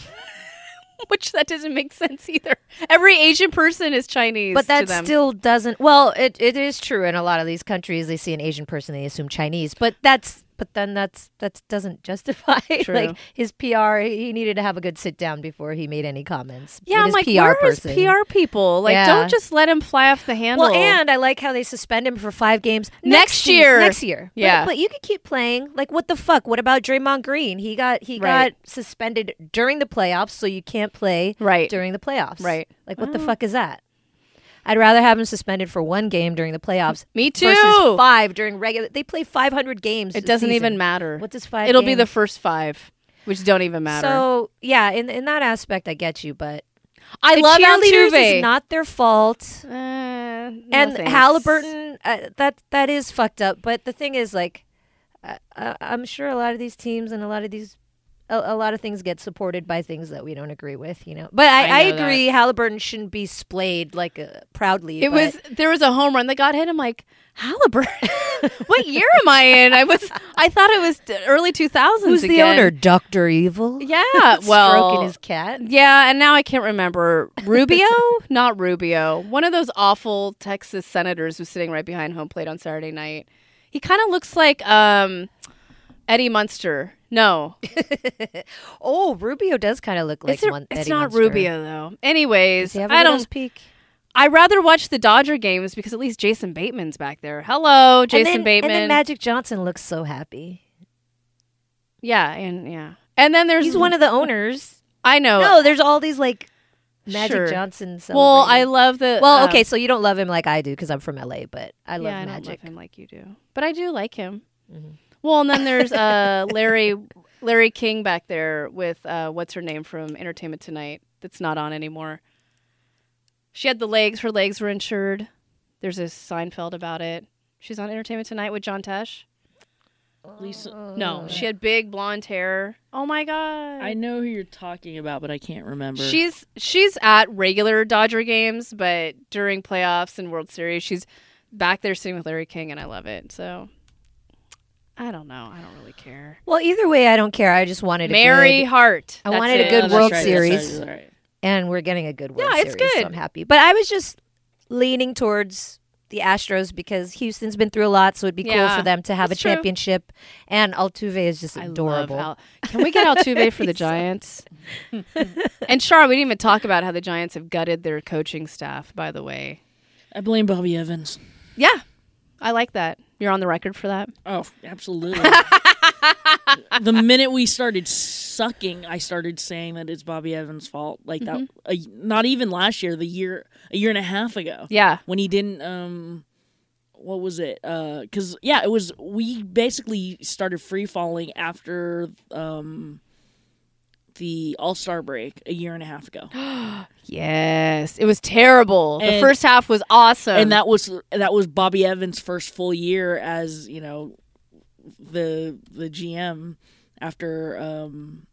Speaker 1: Which that doesn't make sense either. Every Asian person is Chinese.
Speaker 2: But
Speaker 1: to
Speaker 2: that
Speaker 1: them.
Speaker 2: still doesn't. Well, it, it is true in a lot of these countries. They see an Asian person, they assume Chinese. But that's but then that's that doesn't justify
Speaker 1: True.
Speaker 2: like his PR. He needed to have a good sit down before he made any comments.
Speaker 1: yeah.
Speaker 2: with
Speaker 1: I'm
Speaker 2: his
Speaker 1: like,
Speaker 2: PR
Speaker 1: where is
Speaker 2: person.
Speaker 1: PR people? Like,
Speaker 2: Yeah.
Speaker 1: don't just let him fly off the handle.
Speaker 2: Well, and I like how they suspend him for five games
Speaker 1: Next
Speaker 2: se-
Speaker 1: year.
Speaker 2: Next year, But-
Speaker 1: Yeah.
Speaker 2: But, you could keep playing. Like, what the fuck? What about Draymond Green? He got he
Speaker 1: Right.
Speaker 2: got suspended during the playoffs, so you can't play
Speaker 1: Right.
Speaker 2: during the playoffs.
Speaker 1: Right.
Speaker 2: Like, what the fuck is that? I'd rather have him suspended for one game during the playoffs.
Speaker 1: Me too.
Speaker 2: Versus five during regular. They play 500 games.
Speaker 1: it
Speaker 2: a
Speaker 1: doesn't
Speaker 2: season.
Speaker 1: even matter.
Speaker 2: What does five?
Speaker 1: It'll be
Speaker 2: games-
Speaker 1: the first five, which don't even matter.
Speaker 2: So yeah, in in that aspect, I get you, but
Speaker 1: I
Speaker 2: the
Speaker 1: love
Speaker 2: cheerleaders
Speaker 1: Altuve.
Speaker 2: is not their fault.
Speaker 1: uh, no
Speaker 2: and
Speaker 1: thanks.
Speaker 2: Halliburton, uh, that that is fucked up. But the thing is, like, uh, uh, I'm sure a lot of these teams and a lot of these, a, a lot of things get supported by things that we don't agree with, you know. But I, I,
Speaker 1: I know
Speaker 2: agree, Halliburton shouldn't be splayed like uh, proudly.
Speaker 1: It
Speaker 2: but-
Speaker 1: was there was a home run that got hit. I'm like Halliburton. what year am I in? I was I thought it was d- early 2000s.
Speaker 2: who's the
Speaker 1: again.
Speaker 2: owner, Doctor Evil.
Speaker 1: Yeah, well,
Speaker 2: stroking his cat.
Speaker 1: yeah, and now I can't remember Rubio, not Rubio. One of those awful Texas senators who's sitting right behind home plate on Saturday night. He kind of looks like um, Eddie Munster. No,
Speaker 2: Oh, Rubio does kind of look like
Speaker 1: it's, a-
Speaker 2: one.
Speaker 1: it's
Speaker 2: Eddie
Speaker 1: not
Speaker 2: Munster.
Speaker 1: Rubio though.
Speaker 2: Does
Speaker 1: Anyways,
Speaker 2: he have a
Speaker 1: I
Speaker 2: good
Speaker 1: don't.
Speaker 2: ass peak?
Speaker 1: I rather watch the Dodger games because at least Jason Bateman's back there. Hello, Jason
Speaker 2: and then,
Speaker 1: Bateman.
Speaker 2: And then Magic Johnson looks so happy.
Speaker 1: yeah, and yeah, and then there's
Speaker 2: He's one of the owners.
Speaker 1: I know.
Speaker 2: No, there's all these like Magic
Speaker 1: Sure.
Speaker 2: Johnson.
Speaker 1: well, I
Speaker 2: celebrating-
Speaker 1: love the.
Speaker 2: well,
Speaker 1: um,
Speaker 2: okay, so you don't love him like I do because I'm from LA, but I love
Speaker 1: yeah, I
Speaker 2: Magic. Mm-hmm.
Speaker 1: don't love him like you do, but I do like him. Well, and then there's uh, Larry Larry King back there with uh, what's her name from Entertainment Tonight that's not on anymore. She had the legs; her legs were insured. There's a Seinfeld about it. She's on Entertainment Tonight with John Tesh.
Speaker 3: Lisa,
Speaker 1: No, she
Speaker 2: Uh.
Speaker 1: had big blonde hair. Oh my god!
Speaker 3: I know who you're talking about, but I can't remember.
Speaker 1: She's she's at regular Dodger games, but during playoffs and World Series, she's back there sitting with Larry King, and I love it. So I don't know. I don't really care.
Speaker 2: Well, either way, I don't care. I just wanted
Speaker 1: Mary
Speaker 2: a good,
Speaker 1: Hart.
Speaker 2: I
Speaker 1: That's
Speaker 2: wanted a
Speaker 1: it.
Speaker 2: good
Speaker 3: Oh, that's
Speaker 2: World
Speaker 3: right, that's
Speaker 2: Series.
Speaker 3: right, that's right.
Speaker 2: and we're getting a good World
Speaker 1: Yeah, it's
Speaker 2: Series, so
Speaker 1: good.
Speaker 2: I'm happy. But I was just leaning towards the Astros because Houston's been through a lot, so it'd be
Speaker 1: Yeah,
Speaker 2: cool for them to have a
Speaker 1: that's true.
Speaker 2: championship. And Altuve is just
Speaker 1: I love
Speaker 2: adorable.
Speaker 1: Al- Can we get Altuve for the Giants? and Char, we didn't even talk about how the Giants have gutted their coaching staff. By the way,
Speaker 3: I blame Bobby Evans.
Speaker 1: yeah, I like that. You're on the record for that.
Speaker 3: Oh, absolutely. the minute we started sucking, I started saying that it's Bobby Evans' fault. Like that, a,
Speaker 2: Mm-hmm.
Speaker 3: not even last year, the year, a year and a half ago.
Speaker 1: Yeah,
Speaker 3: when he didn't um what was it uh because yeah it was we basically started free falling after um the all-star break a year and a half ago
Speaker 1: yes, it was terrible. the
Speaker 3: And-
Speaker 1: first half was awesome,
Speaker 3: and that was that was bobby evans first full year as you know the the gm after um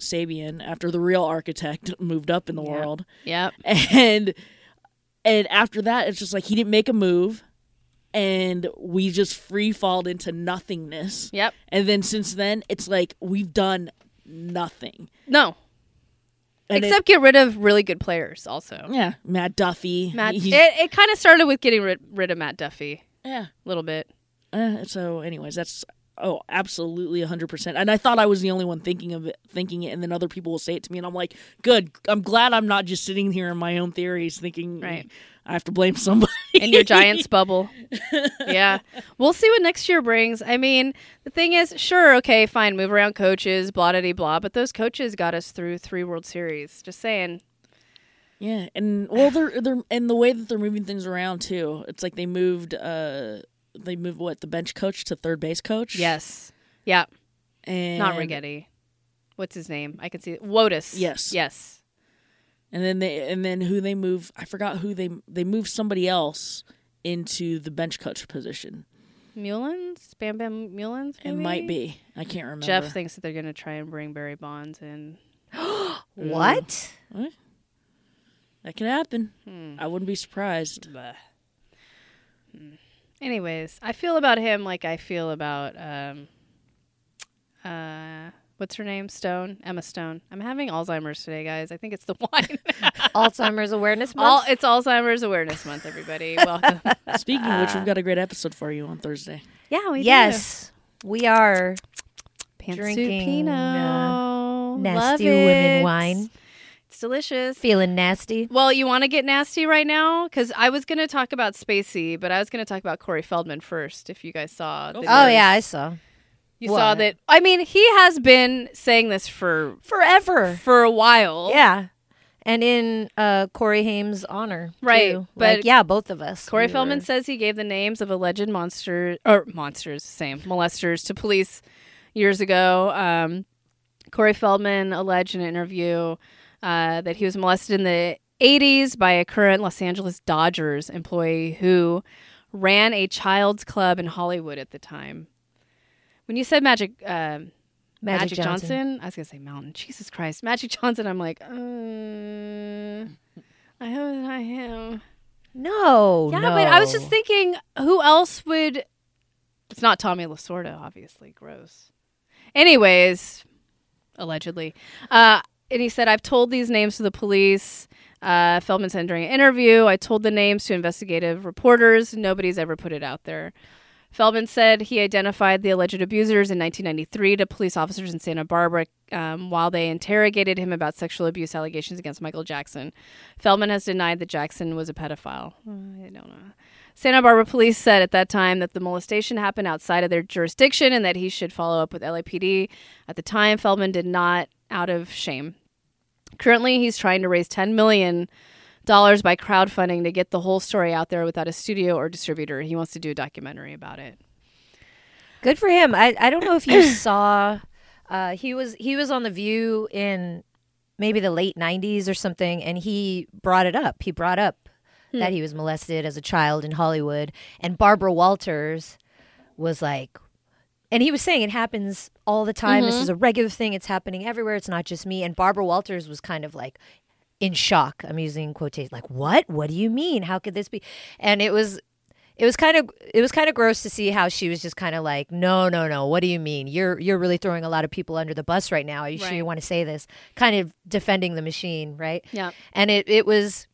Speaker 3: sabian after the real architect moved up in the world
Speaker 1: yep,
Speaker 3: and and after that it's just like he didn't make a move and we just free falled into nothingness
Speaker 1: yep.
Speaker 3: and then since then it's like we've done nothing
Speaker 1: No,
Speaker 3: And it-
Speaker 1: except get rid of really good players. Also,
Speaker 3: yeah matt duffy
Speaker 1: Matt.
Speaker 3: he-
Speaker 1: it it kind of started with getting rid, rid of Matt Duffy
Speaker 3: yeah
Speaker 1: a little bit.
Speaker 3: Uh, so anyways that's oh absolutely 100% and i thought i was the only one thinking of it thinking it and then other people will say it to me and i'm like good i'm glad i'm not just sitting here in my own theories thinking
Speaker 1: Right.
Speaker 3: i have to blame somebody
Speaker 1: in your Giants bubble. Yeah. We'll see what next year brings. I mean, the thing is, sure, okay, fine, move around coaches, blah, blah, blah, but those coaches got us through three World Series. Just saying.
Speaker 3: Yeah, and well, they're they're and the way that they're moving things around too. It's like they moved uh they moved what the bench coach to third base coach.
Speaker 1: Yes. Yeah.
Speaker 3: and
Speaker 1: Not Rigetti. What's his name? I can see. Wotus.
Speaker 3: Yes.
Speaker 1: Yes.
Speaker 3: And then they and then who they move? I forgot who they they moved somebody else into the bench coach position.
Speaker 1: Mullins? Bam Bam Mullins?
Speaker 3: It
Speaker 1: maybe?
Speaker 3: might be I can't remember.
Speaker 1: Jeff thinks that they're going to try and bring Barry Bonds in. mm.
Speaker 2: What?
Speaker 3: that could happen.
Speaker 1: Hmm.
Speaker 3: I wouldn't be surprised.
Speaker 1: Anyways, I feel about him like I feel about um uh what's her name? Stone, Emma Stone. I'm having Alzheimer's today, guys. I think it's the wine.
Speaker 2: Alzheimer's Awareness
Speaker 1: All
Speaker 2: Month.
Speaker 1: it's Alzheimer's Awareness Month, everybody. Welcome.
Speaker 3: Speaking of which,
Speaker 1: uh,
Speaker 3: we've got a great episode for you on Thursday.
Speaker 1: yeah, we
Speaker 2: yes, we are
Speaker 1: Pantsuit
Speaker 2: Drinking,
Speaker 1: Pinot. Love
Speaker 2: nasty women
Speaker 1: it.
Speaker 2: wine,
Speaker 1: It's delicious.
Speaker 2: feeling nasty.
Speaker 1: Well, you want to get nasty right now? Because I was going to talk about Spacey, but I was going to talk about Corey Feldman first. If you guys saw, the
Speaker 2: Oh
Speaker 1: news.
Speaker 2: yeah, I saw
Speaker 1: you saw
Speaker 2: What?
Speaker 1: that. I mean, he has been saying this for
Speaker 2: forever.
Speaker 1: for a while.
Speaker 2: Yeah. And in uh, Corey Haim's honor,
Speaker 1: Right,
Speaker 2: too.
Speaker 1: but-
Speaker 2: like, yeah, both of us.
Speaker 1: Corey
Speaker 2: we
Speaker 1: Feldman
Speaker 2: were-
Speaker 1: says he gave the names of alleged monsters or monsters, same molesters to police years ago. Um, Corey Feldman alleged in an interview uh, that he was molested in the 80s by a current Los Angeles Dodgers employee who ran a child's club in Hollywood at the time. When you said Magic, uh, Magic, Johnson. I was gonna say Mountain. Jesus Christ, Magic Johnson. I'm like, uh, I hope I am.
Speaker 2: No,
Speaker 1: Yeah, but I was
Speaker 2: Oh, no.
Speaker 1: just thinking, who else would? It's not Tommy Lasorda, obviously. Gross. Anyways, allegedly, uh, and he said, "I've told these names to the police." Uh, Feldman said during an interview, "I told the names to investigative reporters. Nobody's ever put it out there." Feldman said he identified the alleged abusers in 1993 to police officers in Santa Barbara um, while they interrogated him about sexual abuse allegations against Michael Jackson. Feldman has denied that Jackson was a pedophile. Uh, I don't know. Santa Barbara police said at that time that the molestation happened outside of their jurisdiction and that he should follow up with LAPD. At the time, Feldman did not out of shame. Currently, he's trying to raise 10 million dollars by crowdfunding to get the whole story out there without a studio or distributor. He wants to do a documentary about it.
Speaker 2: Good for him. I, I don't know if you saw uh, he was he was on the View in maybe the late '90s or something, and he brought it up. He brought up
Speaker 1: Hmm.
Speaker 2: that he was molested as a child in Hollywood, and Barbara Walters was like, and he was saying it happens all the time. This is a regular thing. It's happening everywhere. It's not just me. And Barbara Walters was kind of like in shock. I'm using quotation like, what? What do you mean? How could this be? And it was it was kind of it was kind of gross to see how she was just kind of like no no no what do you mean you're you're really throwing a lot of people under the bus right now are you sure you
Speaker 1: Right.
Speaker 2: want to say this kind of defending the machine right
Speaker 1: Yeah.
Speaker 2: and it it was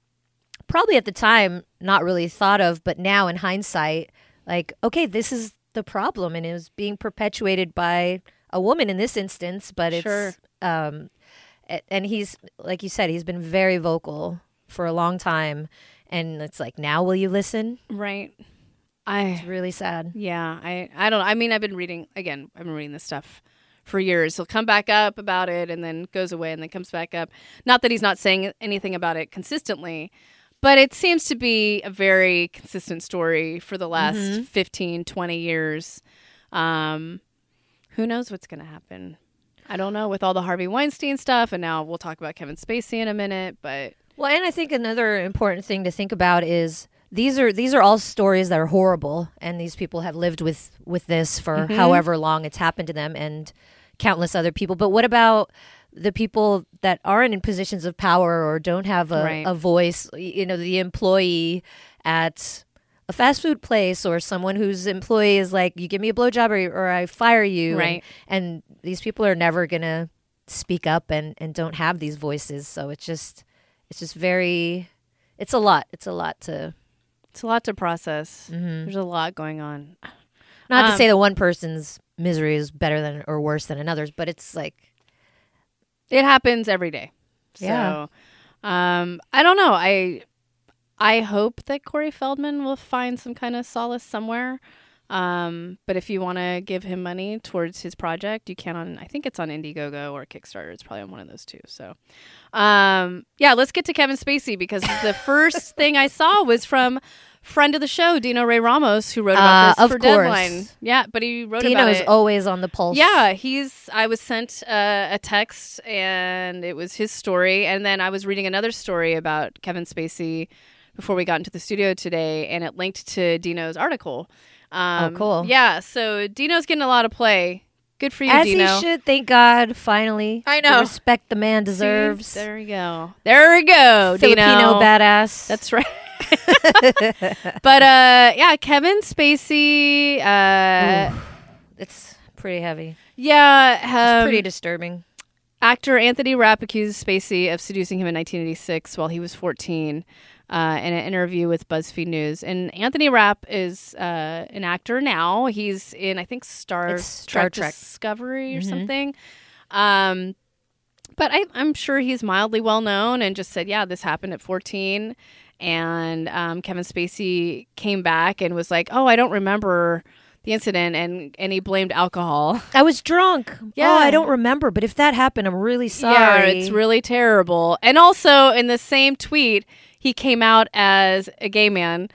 Speaker 2: probably at the time not really thought of, but now in hindsight, like, okay, this is the problem, and it was being perpetuated by a woman in this instance, but it's
Speaker 1: Sure.
Speaker 2: um, a- and he's like you said, he's been very vocal for a long time, and it's like now will you listen?
Speaker 1: Right. I
Speaker 2: It's really sad.
Speaker 1: yeah, I I don't know. I mean, I've been reading again, I've been reading this stuff for years. He'll come back up about it and then goes away and then comes back up. Not that he's not saying anything about it consistently, but it seems to be a very consistent story for the last fifteen, twenty 15, 20 years. Um who knows what's going to happen? I don't know with all the Harvey Weinstein stuff and now we'll talk about Kevin Spacey in a minute, but
Speaker 2: Well, and I think another important thing to think about is these are these are all stories that are horrible, and these people have lived with with this for however long it's happened to them, and countless other people. But what about the people that aren't in positions of power or don't have a,
Speaker 1: Right.
Speaker 2: a voice? Y- You know, the employee at a fast food place or someone whose employee is like, "You give me a blowjob or, or I fire you," and-
Speaker 1: Right.
Speaker 2: and these people are never gonna speak up and and don't have these voices so it's just it's just very it's a lot it's a lot to
Speaker 1: it's a lot to process. There's a lot going on.
Speaker 2: not to
Speaker 1: Um,
Speaker 2: say that one person's misery is better than or worse than another's but it's like
Speaker 1: It happens every day. So
Speaker 2: Yeah.
Speaker 1: um I don't know. I I hope that Corey Feldman will find some kind of solace somewhere. Um, but if you want to give him money towards his project, you can on I think it's on Indiegogo or Kickstarter. It's probably on one of those two. So, um, yeah, let's get to Kevin Spacey because the first thing I saw was from friend of the show Dino Ray Ramos who wrote about
Speaker 2: Uh,
Speaker 1: this
Speaker 2: of
Speaker 1: for
Speaker 2: course.
Speaker 1: Deadline. Yeah, but he wrote about
Speaker 2: dino's
Speaker 1: it.
Speaker 2: always on the pulse
Speaker 1: Yeah, he's. I was sent uh, a text, and it was his story. And then I was reading another story about Kevin Spacey before we got into the studio today, and it linked to Dino's article. Um,
Speaker 2: Oh, cool.
Speaker 1: Yeah, so Dino's getting a lot of play. Good for you,
Speaker 2: as
Speaker 1: Dino.
Speaker 2: he should thank god finally
Speaker 1: I
Speaker 2: The
Speaker 1: know.
Speaker 2: respect the man
Speaker 1: See?
Speaker 2: deserves
Speaker 1: There we go. There we go,
Speaker 2: filipino
Speaker 1: Dino.
Speaker 2: badass
Speaker 1: That's right. but uh, yeah, Kevin Spacey. Uh,
Speaker 2: it's pretty heavy it's
Speaker 1: yeah, um,
Speaker 2: pretty disturbing
Speaker 1: Actor Anthony Rapp accused Spacey of seducing him in 1986 while he was 14 uh, in an interview with BuzzFeed News. And Anthony Rapp is uh, an actor now. He's in, I think, Star,
Speaker 2: It's Star Trek. Mm-hmm.
Speaker 1: Discovery or something. Um, but I, I'm sure he's mildly well known and just said, yeah, this happened at 14. And um, Kevin Spacey came back and was like, oh, I don't remember the incident. And, and he blamed alcohol.
Speaker 2: i was drunk
Speaker 1: Yeah.
Speaker 2: oh, i don't remember but if that happened i'm really sorry
Speaker 1: Yeah, it's really terrible. And also in the same tweet, he came out as a gay man,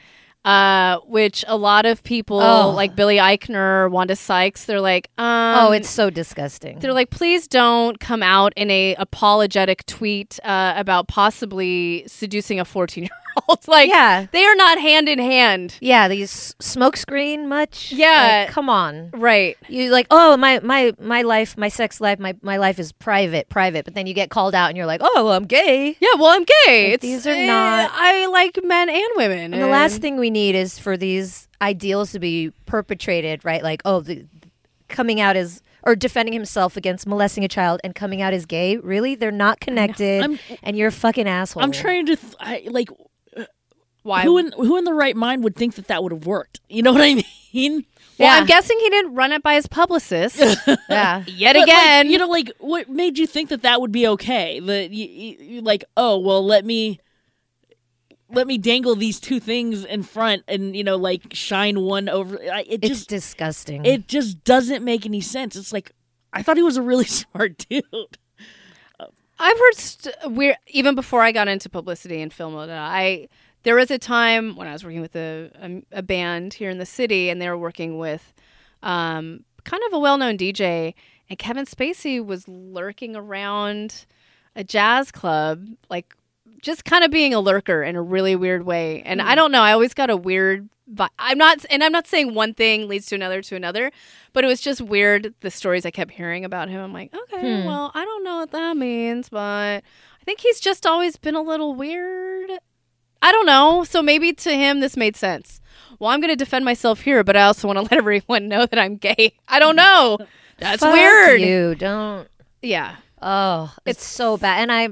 Speaker 1: uh, which a lot of people
Speaker 2: Oh.
Speaker 1: like Billy Eichner, Wanda Sykes, they're like, um,
Speaker 2: oh it's so disgusting
Speaker 1: they're like, please don't come out in a apologetic tweet uh, about possibly seducing a fourteen year old. Like,
Speaker 2: Yeah.
Speaker 1: they are not hand in hand,
Speaker 2: Yeah, these smokescreen much.
Speaker 1: Yeah.
Speaker 2: Like, come on.
Speaker 1: right?
Speaker 2: You like, oh my my my life, my sex life, my my life is private, private. But then you get called out, and you're like, oh, well, I'm gay.
Speaker 1: Yeah, well, I'm gay.
Speaker 2: Like,
Speaker 1: It's,
Speaker 2: these are
Speaker 1: eh,
Speaker 2: not-
Speaker 1: I like men and women.
Speaker 2: And the last thing we need is for these ideals to be perpetrated, right? Like, oh, the, coming out as or defending himself against molesting a child and coming out as gay. Really, they're not connected,
Speaker 3: I'm-
Speaker 2: and you're a fucking
Speaker 1: Oh.
Speaker 2: asshole.
Speaker 3: I'm trying to th- I, like
Speaker 1: why?
Speaker 3: who in who in the right mind would think that that would have worked? You know what I mean?
Speaker 1: well,
Speaker 2: Yeah.
Speaker 1: I'm guessing he didn't run it by his publicist.
Speaker 2: Yeah.
Speaker 1: yet
Speaker 3: But, like,
Speaker 1: again.
Speaker 3: you know, like what made you think that that would be okay? That you, you, like, oh well, let me let me dangle these two things in front, and you know, like shine one over. I, it
Speaker 2: It's
Speaker 3: just
Speaker 2: disgusting.
Speaker 3: it just doesn't make any sense. It's like I thought he was a really smart dude.
Speaker 1: I've heard st- weird even before I got into publicity and film. and all that, I there was a time when I was working with a, um, a, a band here in the city, and they were working with um, kind of a well-known DJ, and Kevin Spacey was lurking around a jazz club, like just kind of being a lurker in a really weird way. And I don't know, I always got a weird. vi- I'm not, and I'm not saying one thing leads to another to another, but it was just weird. The stories I kept hearing about him, I'm like, okay, well, I don't know what that means, but I think he's just always been a little weird. I don't know. So maybe to him, this made sense. Well, I'm going to defend myself here, but I also want to let everyone know that I'm gay. I don't know. That's
Speaker 2: Fuck
Speaker 1: weird.
Speaker 2: You don't.
Speaker 1: Yeah.
Speaker 2: Oh, it's, so bad. And I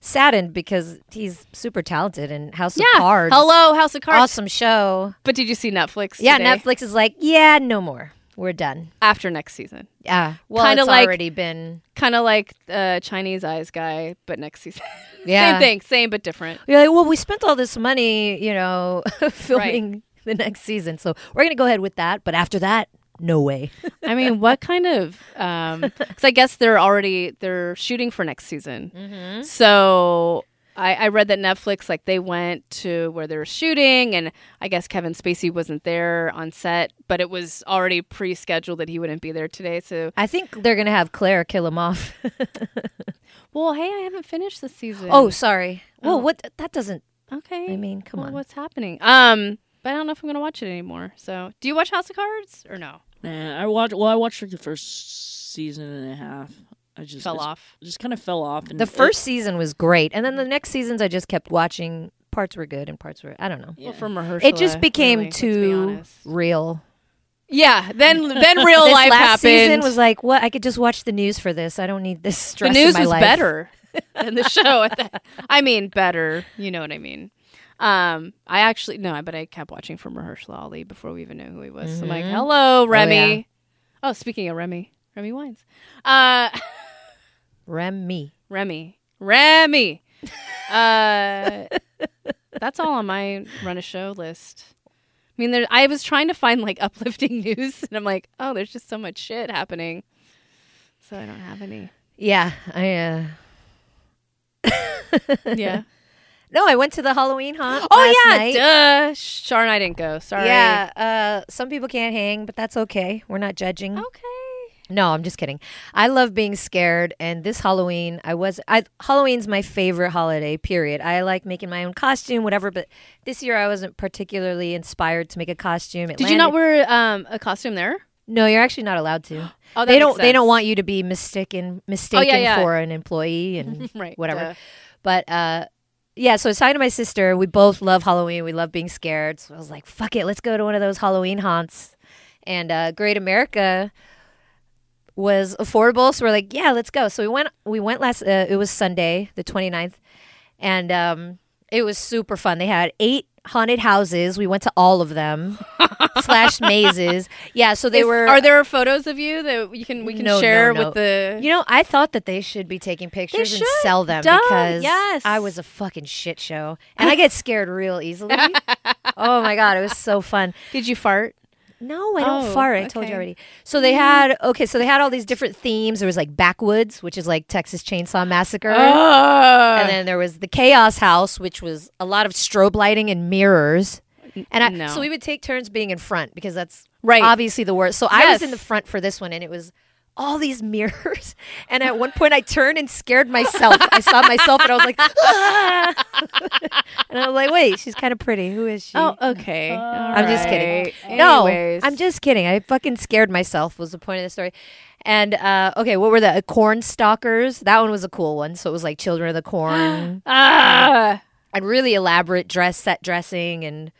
Speaker 2: saddened because he's super talented and House
Speaker 1: Yeah.
Speaker 2: of Cards.
Speaker 1: Hello, House of Cards.
Speaker 2: Awesome show.
Speaker 1: But did you see Netflix?
Speaker 2: Yeah,
Speaker 1: today?
Speaker 2: Netflix is like, yeah, no more. We're done.
Speaker 1: After next season,
Speaker 2: Yeah. Well,
Speaker 1: Kinda
Speaker 2: it's
Speaker 1: like-
Speaker 2: already been.
Speaker 1: kind of like uh, Chinese Eyes guy, but next season,
Speaker 2: Yeah.
Speaker 1: same thing, same but different.
Speaker 2: You're like, well, we spent all this money, you know, filming the next season. So we're going to go ahead with that. But after that, no way.
Speaker 1: I mean, what kind of? Because I guess they're already they're shooting for next season. So I, I read that Netflix like they went to where they were shooting, and I guess Kevin Spacey wasn't there on set, but it was already pre-scheduled that he wouldn't be there today. So
Speaker 2: I think they're going to have Claire kill him off.
Speaker 1: well, hey, I haven't finished the season.
Speaker 2: oh, sorry. Well, what? That doesn't.
Speaker 1: okay.
Speaker 2: I mean, come
Speaker 1: Well,
Speaker 2: on.
Speaker 1: what's happening? Um, but I don't know if I'm gonna watch it anymore. So do you watch House of Cards or no?
Speaker 3: Nah, I watched. Well, I watched like the first season and a half. I just
Speaker 1: Fell
Speaker 3: I
Speaker 1: off.
Speaker 3: Just kind of fell off. And
Speaker 2: The first season was great, and then the next seasons I just kept watching. Parts were good, and parts were I don't know.
Speaker 1: Well, from rehearsal,
Speaker 2: It just became too real.
Speaker 1: yeah. Then then real
Speaker 2: this
Speaker 1: life
Speaker 2: last
Speaker 1: happened.
Speaker 2: season was like, what? I could just watch the news for this. I don't need this
Speaker 1: the
Speaker 2: stress. in
Speaker 1: news
Speaker 2: my
Speaker 1: was
Speaker 2: life.
Speaker 1: better than the show. at that- I mean, better. You know what I mean. Um, I actually no, but I kept watching from rehearsal Ollie before we even knew who he was. So I'm like, hello, Remy. Oh,
Speaker 2: Mm-hmm. yeah.
Speaker 1: speaking of Remy, Remy Wines. Uh,
Speaker 2: Remy.
Speaker 1: Remy, Remy. Uh, that's all on my run a show list. I mean, there, I was trying to find like uplifting news, and I'm like, oh, there's just so much shit happening. So I don't have any.
Speaker 2: Yeah, I. Uh,
Speaker 1: Yeah.
Speaker 2: no, I went to the Halloween haunt.
Speaker 1: Oh
Speaker 2: last
Speaker 1: yeah,
Speaker 2: night.
Speaker 1: duh. Shar and I didn't go. Sorry.
Speaker 2: Yeah, uh, some people can't hang, but that's okay. We're not judging.
Speaker 1: Okay.
Speaker 2: No, I'm just kidding. I love being scared, and this Halloween, I was. I Halloween's my favorite holiday. Period. I like making my own costume, whatever. But this year, I wasn't particularly inspired to make a costume. It
Speaker 1: Did you not
Speaker 2: landed-
Speaker 1: wear um, a costume there?
Speaker 2: No, you're actually not allowed to.
Speaker 1: Oh, that
Speaker 2: they
Speaker 1: makes
Speaker 2: don't. They
Speaker 1: sense.
Speaker 2: don't want you to be mistaken mistaken
Speaker 1: yeah.
Speaker 2: for an employee and
Speaker 1: Right,
Speaker 2: whatever.
Speaker 1: duh.
Speaker 2: But uh, yeah, so aside to my sister, we both love Halloween. We love being scared. So I was like, fuck it, let's go to one of those Halloween haunts. And uh, Great America was affordable, so we're like, yeah, let's go. So we went. We went last. Uh, it was Sunday, the 29th, and um, it was super fun. They had eight haunted houses. We went to all of them slash mazes. Yeah, so they
Speaker 1: Is-
Speaker 2: were.
Speaker 1: Are there photos of you that you can we can
Speaker 2: No, no,
Speaker 1: share
Speaker 2: no.
Speaker 1: with the?
Speaker 2: You know, I thought that they should be taking pictures and
Speaker 1: should.
Speaker 2: sell them
Speaker 1: Duh.
Speaker 2: because
Speaker 1: Yes.
Speaker 2: I was a fucking shit show and I get scared real easily. oh my god, it was so fun.
Speaker 1: Did you fart?
Speaker 2: No, I don't
Speaker 1: Oh,
Speaker 2: fart. I told you
Speaker 1: okay.
Speaker 2: already. So they had okay, so they had all these different themes. There was like backwoods, which is like Texas Chainsaw Massacre.
Speaker 1: Oh.
Speaker 2: And then there was the Chaos House, which was a lot of strobe lighting and mirrors. And I,
Speaker 1: no.
Speaker 2: so we would take turns being in front because that's
Speaker 1: Right.
Speaker 2: obviously the worst. So I was
Speaker 1: Yes.
Speaker 2: in the front for this one, and it was all these mirrors. And at one point, I turned and scared myself. I saw myself, and I was like, "Ah." and I was like, wait, she's kind of pretty. Who is she?
Speaker 1: Oh, okay.
Speaker 2: I'm just kidding.
Speaker 1: Alright.
Speaker 2: No,
Speaker 1: Anyways.
Speaker 2: I'm just kidding. I fucking scared myself was the point of the story. And uh, okay, what were the uh, corn stalkers? That one was a cool one. So it was like Children of the Corn
Speaker 1: Ah.
Speaker 2: and really elaborate dress set dressing and.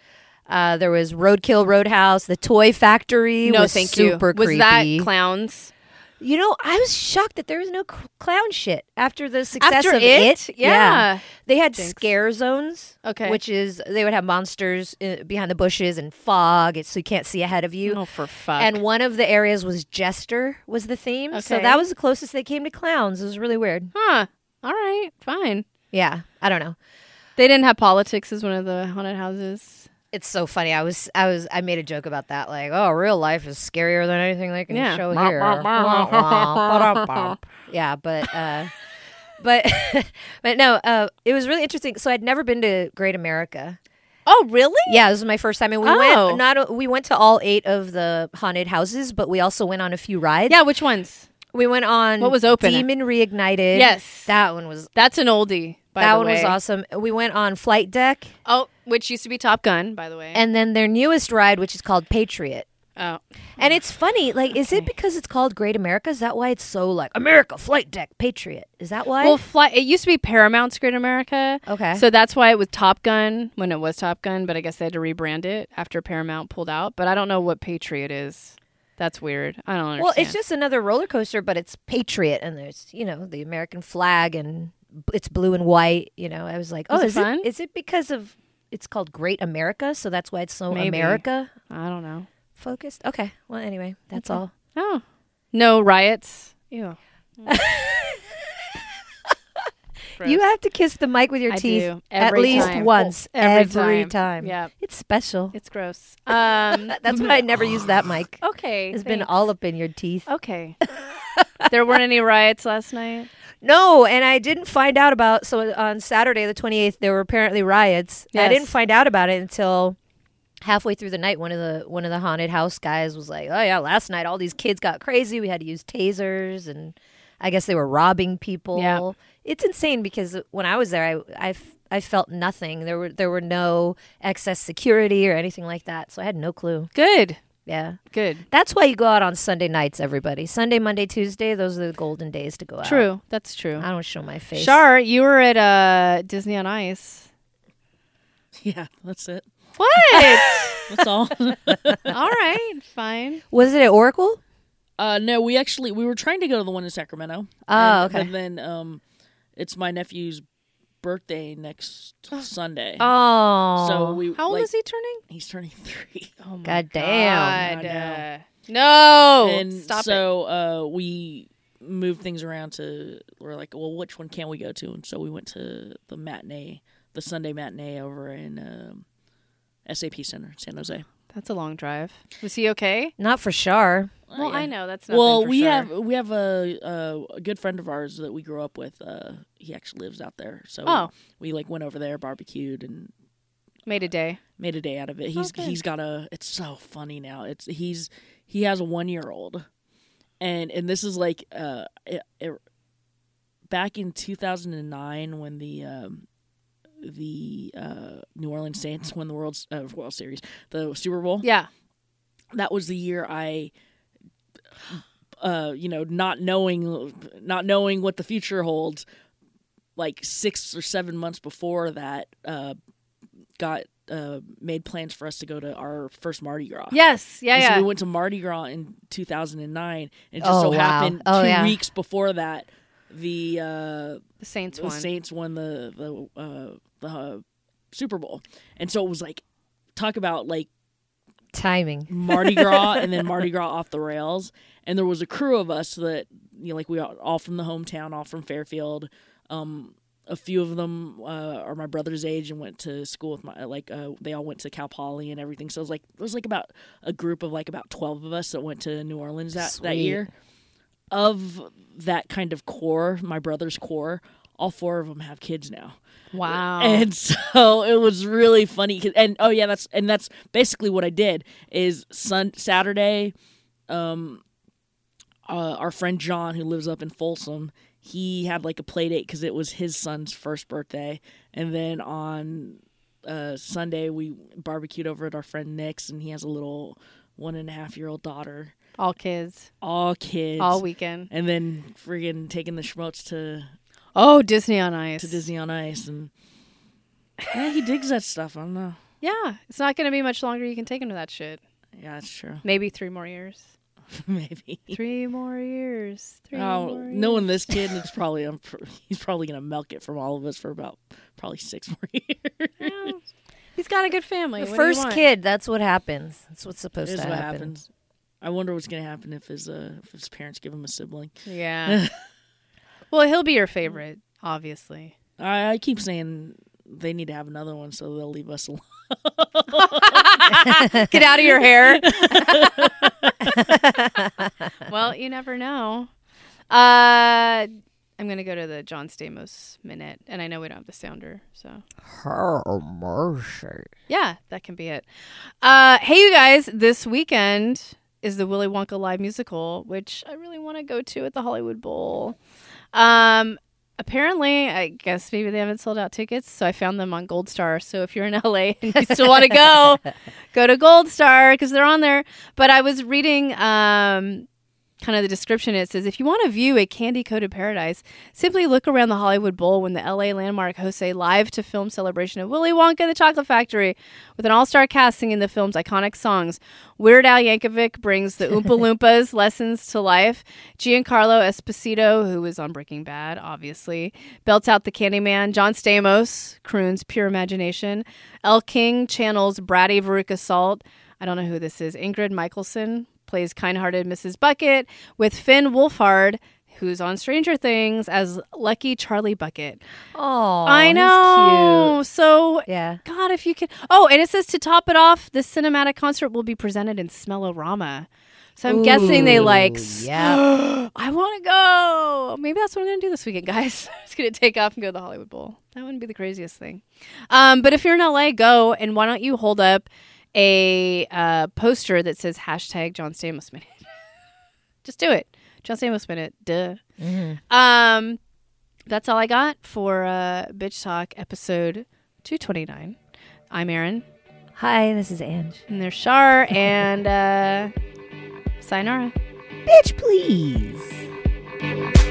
Speaker 2: Uh, there was Roadkill Roadhouse, the Toy Factory.
Speaker 1: No,
Speaker 2: was
Speaker 1: thank you.
Speaker 2: super
Speaker 1: Was
Speaker 2: creepy.
Speaker 1: that clowns?
Speaker 2: you know, I was shocked that there was no cl- clown shit after the success
Speaker 1: After
Speaker 2: of it.
Speaker 1: it? Yeah.
Speaker 2: they had
Speaker 1: Jinx.
Speaker 2: scare zones.
Speaker 1: Okay.
Speaker 2: which is they would have monsters uh, behind the bushes and fog, it's- so you can't see ahead of you.
Speaker 1: Oh, for fuck.
Speaker 2: And one of the areas was jester was the theme. So
Speaker 1: Okay.
Speaker 2: that was the closest they came to clowns. It was really weird.
Speaker 1: huh. All right. Fine.
Speaker 2: Yeah, I don't know.
Speaker 1: They didn't have politics as one of the haunted houses.
Speaker 2: It's so funny. I was I was I made a joke about that. Like, oh, real life is scarier than anything they can
Speaker 1: Yeah.
Speaker 2: show here. Wah, wah, ba-dum-bum. yeah, but. Uh, But but no, uh, it was really interesting. So I'd never been to Great America.
Speaker 1: Oh, really?
Speaker 2: Yeah, this was my first time, and we
Speaker 1: Oh.
Speaker 2: went not we went to all eight of the haunted houses, but we also went on a few rides.
Speaker 1: Yeah. Which ones?
Speaker 2: we went on
Speaker 1: What was open?
Speaker 2: Demon Reignited.
Speaker 1: Yes.
Speaker 2: that one was
Speaker 1: That's an oldie. By
Speaker 2: that
Speaker 1: the
Speaker 2: one was
Speaker 1: way.
Speaker 2: awesome. We went on Flight Deck,
Speaker 1: Oh, which used to be Top Gun, by the way.
Speaker 2: and then their newest ride, which is called Patriot.
Speaker 1: oh,
Speaker 2: And it's funny, like, is it because it's called Great America? Is that why it's so like America Flight Deck Patriot? Is that why?
Speaker 1: well, fly. It used to be Paramount's Great America.
Speaker 2: Okay.
Speaker 1: So that's why it was Top Gun when it was Top Gun, but I guess they had to rebrand it after Paramount pulled out. But I don't know what Patriot is. That's weird. I don't understand.
Speaker 2: well, it's just another roller coaster, but it's Patriot, and there's you know the American flag and it's blue and white. You know, I was like, oh,
Speaker 1: Was it
Speaker 2: is
Speaker 1: fun?
Speaker 2: it is it because of it's called Great America, so that's why it's so
Speaker 1: Maybe.
Speaker 2: America
Speaker 1: I don't know.
Speaker 2: focused. Okay, well, anyway, that's
Speaker 1: Okay.
Speaker 2: all.
Speaker 1: Oh, no riots. Ew.
Speaker 2: You have to kiss the mic with your
Speaker 1: I
Speaker 2: teeth
Speaker 1: do.
Speaker 2: at
Speaker 1: Every
Speaker 2: least
Speaker 1: time.
Speaker 2: once
Speaker 1: Every
Speaker 2: every,
Speaker 1: time.
Speaker 2: time.
Speaker 1: Yeah.
Speaker 2: it's special.
Speaker 1: It's gross. Um,
Speaker 2: That's why I never use that mic.
Speaker 1: okay.
Speaker 2: It's been
Speaker 1: thanks.
Speaker 2: all up in your teeth.
Speaker 1: Okay. there weren't any riots last night.
Speaker 2: No, and I didn't find out about so on Saturday the 28th there were apparently riots. I
Speaker 1: Yes.
Speaker 2: didn't find out about it until halfway through the night one of the one of the haunted house guys was like, "Oh yeah, last night all these kids got crazy. We had to use tasers and I guess they were robbing people."
Speaker 1: Yeah.
Speaker 2: It's insane because when I was there I I f- I felt nothing. There were there were no excess security or anything like that. So I had no clue.
Speaker 1: Good.
Speaker 2: Yeah.
Speaker 1: Good.
Speaker 2: That's why you go out on Sunday nights everybody. Sunday, Monday, Tuesday, those are the golden days to go out.
Speaker 1: True. That's true.
Speaker 2: I don't show my face.
Speaker 1: Shar, you were at uh, Disney on Ice.
Speaker 3: Yeah, that's it.
Speaker 1: What?
Speaker 3: That's all.
Speaker 1: All right. Fine.
Speaker 2: Was it at Oracle?
Speaker 3: uh, no, we actually we were trying to go to the one in Sacramento.
Speaker 2: Oh,
Speaker 3: and,
Speaker 2: okay.
Speaker 3: And then um, it's my nephew's birthday next Sunday.
Speaker 2: Oh,
Speaker 3: So we
Speaker 1: How old
Speaker 3: like,
Speaker 1: is he turning?
Speaker 3: He's turning three.
Speaker 1: Oh my
Speaker 2: God damn.
Speaker 1: God.
Speaker 3: I
Speaker 1: No.
Speaker 3: and
Speaker 1: Oh, Stop it.
Speaker 3: so uh, we moved things around to we're like, well, which one can we go to? And so we went to the matinee, the Sunday matinee over in um, SAP Center, in San Jose.
Speaker 1: That's a long drive. Was he okay?
Speaker 2: not for sure.
Speaker 1: Well, I know that's nothing
Speaker 3: Well,
Speaker 1: for
Speaker 3: we
Speaker 1: sure.
Speaker 3: have we have a, a a good friend of ours that we grew up with. Uh, he actually lives out there, so
Speaker 1: Oh.
Speaker 3: we like went over there, barbecued, and
Speaker 1: made a day.
Speaker 3: made a day out of it. He's
Speaker 1: Oh, good.
Speaker 3: he's got a it's so funny now. It's he's he has a 1-year-old. And and this is like uh it, it, back in 2009 when the um the uh New Orleans Saints won the World uh, World Series, the Super Bowl.
Speaker 1: Yeah.
Speaker 3: That was the year I uh you know, not knowing not knowing what the future holds like 6 or 7 months before that uh got uh, made plans for us to go to our first Mardi Gras.
Speaker 1: Yes. Yeah.
Speaker 3: And
Speaker 1: Yeah.
Speaker 3: So we went to Mardi Gras in 2009, and it just
Speaker 2: Oh,
Speaker 3: so
Speaker 2: wow.
Speaker 3: happened two
Speaker 2: Oh, yeah.
Speaker 3: weeks before that, the, uh,
Speaker 1: the Saints
Speaker 3: the
Speaker 1: won.
Speaker 3: Saints won the the, uh, the uh, Super Bowl, and so it was like talk about like
Speaker 2: Timing.
Speaker 3: Mardi Gras and then Mardi Gras off the rails. And there was a crew of us that, you know, like we all, all from the hometown, all from Fairfield. Um, a few of them uh, are my brother's age and went to school with my like uh, they all went to Cal Poly and everything. So it was like it was like about a group of like about twelve of us that went to New Orleans that, that
Speaker 2: Sweet.
Speaker 3: year. Of that kind of core, my brother's core, all four of them have kids now.
Speaker 1: wow.
Speaker 3: And so it was really funny. 'cause- And oh yeah, that's and that's basically what I did is sun Saturday. Um, uh, our friend John, who lives up in Folsom, he had like a play date because it was his son's first birthday, and then on uh, Sunday we barbecued over at our friend Nick's, and he has a little one and a half year old daughter,
Speaker 1: all kids.
Speaker 3: all kids,
Speaker 1: All weekend.
Speaker 3: and then friggin' taking the schmutz to
Speaker 1: Oh, Disney on Ice.
Speaker 3: to Disney on Ice, and yeah, he digs that stuff. I don't know.
Speaker 1: Yeah. It's not going to be much longer you can take him to that shit.
Speaker 3: Yeah, that's true.
Speaker 1: Maybe three more years.
Speaker 3: Maybe.
Speaker 1: Three more years. Three
Speaker 3: Oh,
Speaker 1: more
Speaker 3: knowing this kid, it's probably I'm, pr- he's probably gonna milk it from all of us for about probably six more years.
Speaker 1: years. He's got a good family.
Speaker 2: The
Speaker 1: What do you
Speaker 2: first
Speaker 1: want?
Speaker 2: kid. That's what happens. That's what's supposed
Speaker 3: Is
Speaker 2: to
Speaker 3: what
Speaker 2: happen.
Speaker 3: happens. I wonder what's gonna happen if his uh, if his parents give him a sibling.
Speaker 1: Yeah. well, he'll be your favorite, obviously.
Speaker 3: I, I keep saying they need to have another one so they'll leave us alone.
Speaker 1: Get out of your hair. well, you never know. Uh, I'm going to go to the John Stamos minute, and I know we don't have the sounder, so.
Speaker 2: mercy.
Speaker 1: Yeah, that can be it. Uh, hey, you guys, this weekend is the Willy Wonka live musical, which I really want to go to at the Hollywood Bowl. Um, apparently, I guess maybe they haven't sold out tickets, so I found them on Gold Star. So if you're in LA and you still want to go, go to Gold Star because they're on there. But I was reading um, kind of the description it says if you want to view a candy coated paradise simply look around the hollywood bowl when the la landmark hosts a live to film celebration of willy wonka and the chocolate factory with an all-star cast singing the film's iconic songs weird al yankovic brings the oompa loompas lessons to life giancarlo esposito who is on breaking bad obviously belts out the candyman john stamos croons pure imagination el king channels bratty veruca salt I don't know who this is. Ingrid Michaelson plays kind-hearted Mrs. Bucket with Finn Wolfhard, who's on Stranger Things as Lucky Charlie Bucket.
Speaker 2: Oh,
Speaker 1: I know. So
Speaker 2: Yeah.
Speaker 1: God, if you could. Oh, and it says to top it off, this cinematic concert will be presented in Smellorama. So I'm guessing they like. s-
Speaker 2: Yeah.
Speaker 1: I want to go. Maybe that's what I'm going to do this weekend, guys. I'm just going to take off and go to the Hollywood Bowl. That wouldn't be the craziest thing. Um, but if you're in LA, go and why don't you hold up a uh, poster that says hashtag John Stamos minute? just do it. John Stamos minute. Duh. Um, that's all I got for uh, Bitch Talk episode 229. I'm Erin,
Speaker 2: Hi, this is Ange.
Speaker 1: and there's Shar, and uh, sayonara.
Speaker 2: Bitch, please.